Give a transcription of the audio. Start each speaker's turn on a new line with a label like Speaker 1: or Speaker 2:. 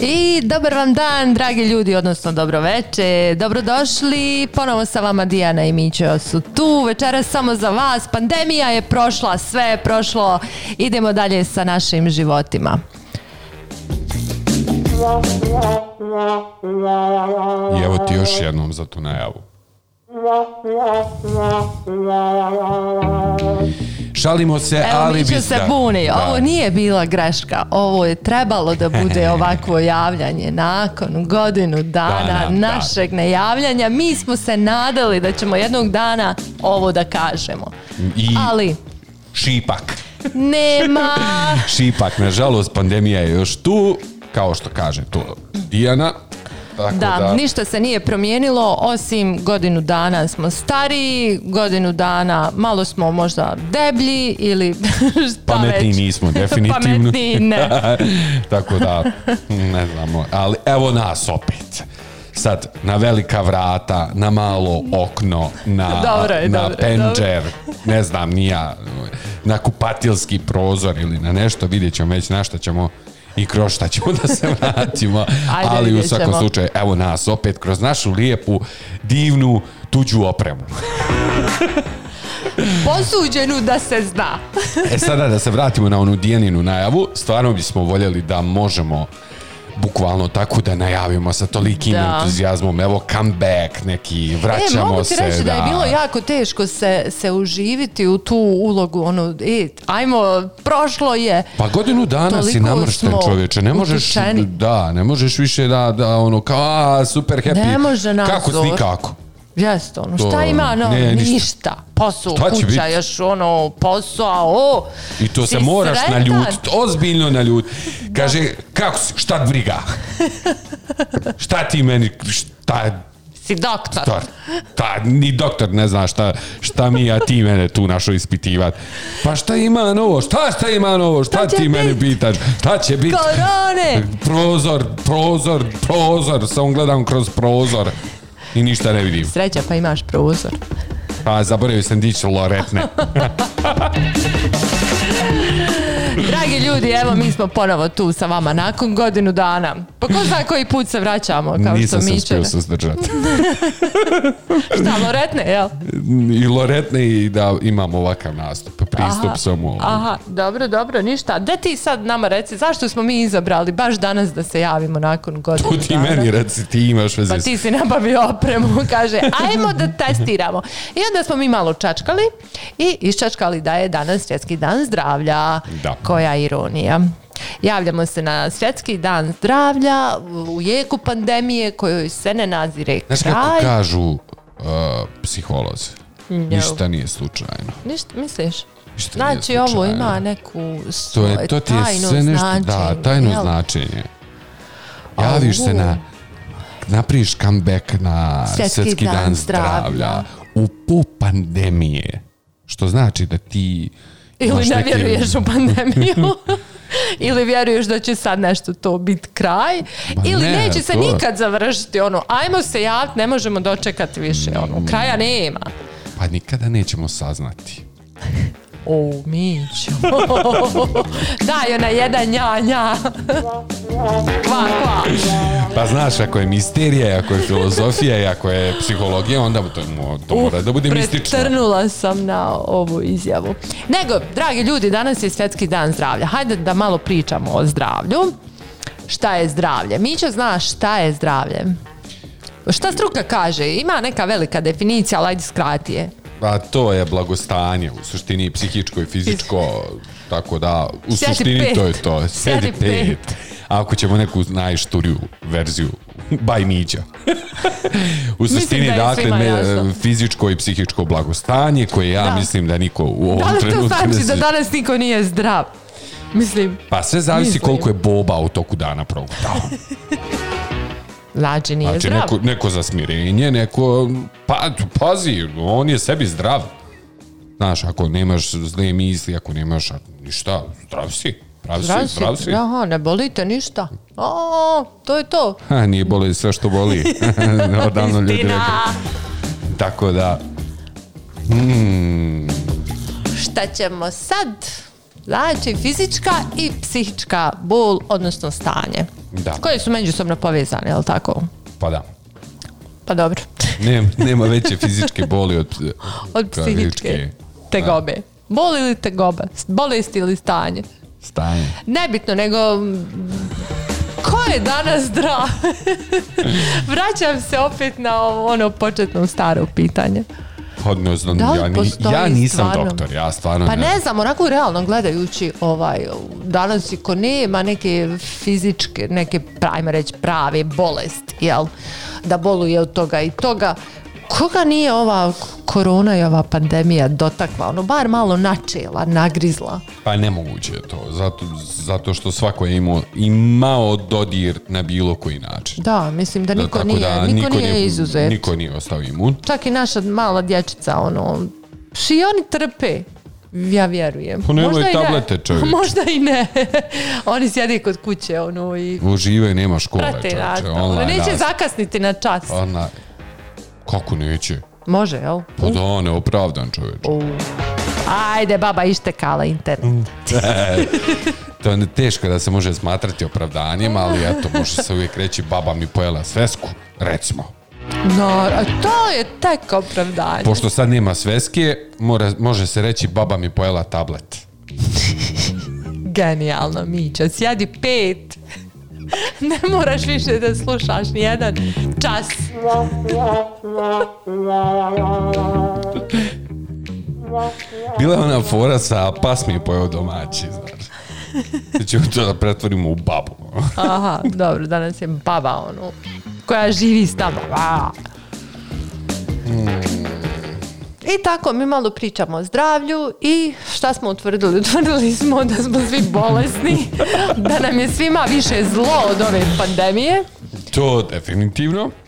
Speaker 1: I dobar vam dan, dragi ljudi, odnosno dobro veče. Dobrodošli, ponovo sa vama Dijana i Mićo su tu. Večeras samo za vas, pandemija je prošla, sve je prošlo. Idemo dalje sa našim životima.
Speaker 2: I evo ti još jednom za tu najavu. Šalimo se,
Speaker 1: Evo,
Speaker 2: ali
Speaker 1: Mićo
Speaker 2: bi
Speaker 1: se buni, ovo nije bila greška, ovo je trebalo da bude ovakvo javljanje nakon godinu dana
Speaker 2: Dana, da.
Speaker 1: našeg nejavljanja. Mi smo se nadali da ćemo jednog dana ovo da kažemo.
Speaker 2: I
Speaker 1: Ali
Speaker 2: šipak.
Speaker 1: nema.
Speaker 2: Šipak, nažalost, pandemija je još tu, kao što kaže to Dijana. Tako da,
Speaker 1: Da, ništa se nije promijenilo, osim godinu dana smo stariji, godinu dana malo smo možda deblji ili šta
Speaker 2: Pa pametni
Speaker 1: Pa već.
Speaker 2: nismo, definitivno.
Speaker 1: Pametniji ne.
Speaker 2: Tako da, ne znamo. Ali evo nas opet. Sad, na velika vrata, na malo okno, na,
Speaker 1: Dobro je,
Speaker 2: na
Speaker 1: dobro je, dobro.
Speaker 2: penđer, ne znam, ni ja, na kupatilski prozor ili na nešto, vidjet ćemo već na šta ćemo i kroz šta ćemo da se vratimo.
Speaker 1: Ajde,
Speaker 2: Ali u
Speaker 1: vidjet
Speaker 2: svakom
Speaker 1: ćemo.
Speaker 2: slučaju, evo nas opet kroz našu lijepu, divnu, tuđu opremu.
Speaker 1: Posuđenu da se zna.
Speaker 2: E sada da se vratimo na onu Dijaninu najavu, stvarno bismo voljeli da možemo bukvalno tako da najavimo sa tolikim
Speaker 1: Da.
Speaker 2: entuzijazmom, evo comeback neki,
Speaker 1: E,
Speaker 2: vraćamo
Speaker 1: mogu ti
Speaker 2: Pa se.
Speaker 1: reći da. je bilo jako teško se, se uživiti u tu ulogu, ono, e, ajmo, prošlo je.
Speaker 2: Pa godinu dana si
Speaker 1: Toliko
Speaker 2: namršten
Speaker 1: smo
Speaker 2: čovječe, ne možeš,
Speaker 1: utučeni.
Speaker 2: da, ne možeš više da, da ono kao, a, super happy.
Speaker 1: Ne može nas
Speaker 2: Kako si
Speaker 1: zor.
Speaker 2: nikako?
Speaker 1: Jeste, ono,
Speaker 2: To,
Speaker 1: šta ima, no,
Speaker 2: ne, ništa.
Speaker 1: ništa. Posao,
Speaker 2: Šta će
Speaker 1: kuća,
Speaker 2: biti?
Speaker 1: još ono, posao, o,
Speaker 2: I to se
Speaker 1: si
Speaker 2: moraš
Speaker 1: sretan?
Speaker 2: naljutiti, ozbiljno naljutiti. Kaže, kako si, šta te briga? šta ti meni, šta,
Speaker 1: Si doktor.
Speaker 2: Ta, ta, ni doktor ne zna šta, šta mi, a ti mene tu našo ispitivat. Pa šta ima novo? Šta šta ima novo? Šta,
Speaker 1: Šta će
Speaker 2: ti mene
Speaker 1: bit?
Speaker 2: pitaš? Šta će biti?
Speaker 1: Korone!
Speaker 2: Prozor, prozor, prozor. Samo gledam kroz prozor. I ništa ne vidim.
Speaker 1: Sreća, pa imaš prozor.
Speaker 2: Pa zaboravio sam dić loretne.
Speaker 1: Dragi ljudi, evo mi smo ponovo tu sa vama nakon godinu dana. Pa ko zna koji put se vraćamo, kao
Speaker 2: Nisam
Speaker 1: što
Speaker 2: se
Speaker 1: mi
Speaker 2: uspio suzdržati.
Speaker 1: Šta, Loretne,
Speaker 2: E,
Speaker 1: jel?
Speaker 2: I loretne i da imam ovakav nastup. Pristup
Speaker 1: Aha,
Speaker 2: sam u...
Speaker 1: Aha, dobro, dobro, ništa. Da ti sad nama reci, zašto smo mi izabrali baš danas da se javimo nakon godinu
Speaker 2: Tu ti
Speaker 1: dana?
Speaker 2: meni reci, ti imaš veze
Speaker 1: Pa
Speaker 2: s-
Speaker 1: ti si nabavio opremu, kaže, ajmo da testiramo. I onda smo mi malo čačkali i iščačkali da je danas svjetski dan zdravlja.
Speaker 2: Da.
Speaker 1: Koja ironija. Javljamo se na svjetski dan zdravlja u jeku pandemije kojoj se ne nazire
Speaker 2: Znaš kako
Speaker 1: kraj.
Speaker 2: kažu uh, psiholozi? Ništa nije slučajno.
Speaker 1: Ništa, misliš?
Speaker 2: Ništa nije
Speaker 1: Znači, ovo
Speaker 2: slučajno.
Speaker 1: ima neku
Speaker 2: To, je, to ti je
Speaker 1: tajno
Speaker 2: sve nešto, da,
Speaker 1: značenje,
Speaker 2: tajno
Speaker 1: jel?
Speaker 2: značenje. Javiš se na, napriviš comeback na Svjetski,
Speaker 1: Svjetski
Speaker 2: dan,
Speaker 1: dan
Speaker 2: zdravlja,
Speaker 1: zdravlja.
Speaker 2: u pu pandemije. Što znači da ti
Speaker 1: Ili
Speaker 2: imaš
Speaker 1: ne
Speaker 2: neke-
Speaker 1: vjeruješ u pandemiju. ili vjeruješ da će sad nešto to bit kraj.
Speaker 2: Ma
Speaker 1: ili
Speaker 2: ne,
Speaker 1: neće se
Speaker 2: to-
Speaker 1: nikad završiti ono, ajmo se javiti, ne možemo dočekati više
Speaker 2: Mm.
Speaker 1: ono, kraja nema.
Speaker 2: Pa nikada nećemo saznati.
Speaker 1: O, Mićo. Daj ona jedan nja, nja. Kva, kva.
Speaker 2: Pa znaš, ako je misterija, i ako je filozofija, i ako je psihologija, onda to, to mora da bude mistično.
Speaker 1: Pretrnula sam na ovu izjavu. Nego, dragi ljudi, danas je svjetski dan zdravlja. Hajde da malo pričamo o zdravlju. Šta je zdravlje? Mićo zna šta je zdravlje. Šta struka kaže? Ima neka velika definicija, ali ajde skrati je.
Speaker 2: Pa to je blagostanje, u suštini psihičko i fizičko, tako da u
Speaker 1: Sjedi
Speaker 2: suštini
Speaker 1: pet.
Speaker 2: to je to. Sjedi,
Speaker 1: Sjedi
Speaker 2: pet.
Speaker 1: pet.
Speaker 2: Ako ćemo neku najšturiju verziju, baj Mića. u suštini,
Speaker 1: da je
Speaker 2: dakle,
Speaker 1: svima
Speaker 2: me-
Speaker 1: jasno.
Speaker 2: fizičko i psihičko blagostanje koje ja
Speaker 1: Da.
Speaker 2: mislim da niko u ovom
Speaker 1: Da li to
Speaker 2: trenutku ne
Speaker 1: znači da
Speaker 2: sjeća.
Speaker 1: danas niko nije zdrav? Mislim,
Speaker 2: Pa sve zavisi
Speaker 1: Mislim.
Speaker 2: koliko je boba u toku dana progutao.
Speaker 1: znači nije
Speaker 2: Znači,
Speaker 1: zdrav.
Speaker 2: neko, neko za smirenje, neko... Pa, pazi, on je sebi zdrav. Znaš, ako nemaš zle misli, ako nemaš ništa, zdrav si. Zdrav, si, zdrav si.
Speaker 1: Znači, Aha, ne bolite ništa. O, to je to.
Speaker 2: Ha, nije boli sve što boli. Odavno ljudi
Speaker 1: Istina.
Speaker 2: rekli. Tako da,
Speaker 1: Šta ćemo sad? Znači, fizička i psihička bol, odnosno stanje.
Speaker 2: Da.
Speaker 1: Koji su međusobno povezani, jel tako?
Speaker 2: Pa da.
Speaker 1: Pa dobro.
Speaker 2: Ne, nema veće fizičke boli od,
Speaker 1: Od psihičke tegobe. Bol ili tegoba? Bolest ili stanje?
Speaker 2: stanje.
Speaker 1: Nebitno, nego... mm, Ko je danas zdrav? Vraćam se opet na ono početno staro pitanje.
Speaker 2: Odnosno,
Speaker 1: Da li
Speaker 2: ja, ni,
Speaker 1: postoji
Speaker 2: ja nisam
Speaker 1: stvarno?
Speaker 2: doktor, ja stvarno
Speaker 1: Pa
Speaker 2: ne.
Speaker 1: ne znam, onako realno gledajući ovaj, danas i ko nema neke fizičke, neke, ajmo reći, prave bolesti, jel? Da boluje od toga i toga. Koga nije ova korona i ova pandemija dotakla? Ono, bar malo načela, nagrizla.
Speaker 2: Pa nemoguće je to, zato, zato što svako je imao, imao dodir na bilo koji način.
Speaker 1: Da, mislim da niko
Speaker 2: Tako
Speaker 1: nije,
Speaker 2: da,
Speaker 1: niko, nije izuzet.
Speaker 2: Niko nije ostao imun.
Speaker 1: Čak i naša mala dječica, ono, ši oni trpe. Ja vjerujem.
Speaker 2: Pa nemaju
Speaker 1: i
Speaker 2: tablete, čovječe.
Speaker 1: Možda i ne. Oni sjede kod kuće, ono, i
Speaker 2: Uživaj, nema škole,
Speaker 1: prate
Speaker 2: čovječe.
Speaker 1: nastavu.
Speaker 2: Online Pa.
Speaker 1: Neće
Speaker 2: nastava.
Speaker 1: zakasniti na čas.
Speaker 2: Ona, kako neće?
Speaker 1: Može, jel?
Speaker 2: Pa da, neopravdan čovječ.
Speaker 1: Ajde, baba ištekala internet.
Speaker 2: To je teško da se može smatrati opravdanjem, ali eto, može se uvijek reći baba mi pojela svesku, recimo.
Speaker 1: No, a to je tek opravdanje.
Speaker 2: Pošto sad nema sveske, mora, može se reći baba mi pojela tablet.
Speaker 1: Genijalno, Mića. Sjedi pet. Ne moraš više da slušaš ni jedan čas.
Speaker 2: Bila je ona fora sa pas mi je pojeo domaći, znaš. Znači, ćemo to da pretvorimo u babu.
Speaker 1: Aha, dobro, danas je baba ono koja živi s nama. A. I tako, mi malo pričamo o zdravlju i šta smo utvrdili? Utvrdili smo da smo svi bolesni, da nam je svima više zlo od ove pandemije.
Speaker 2: To definitivno.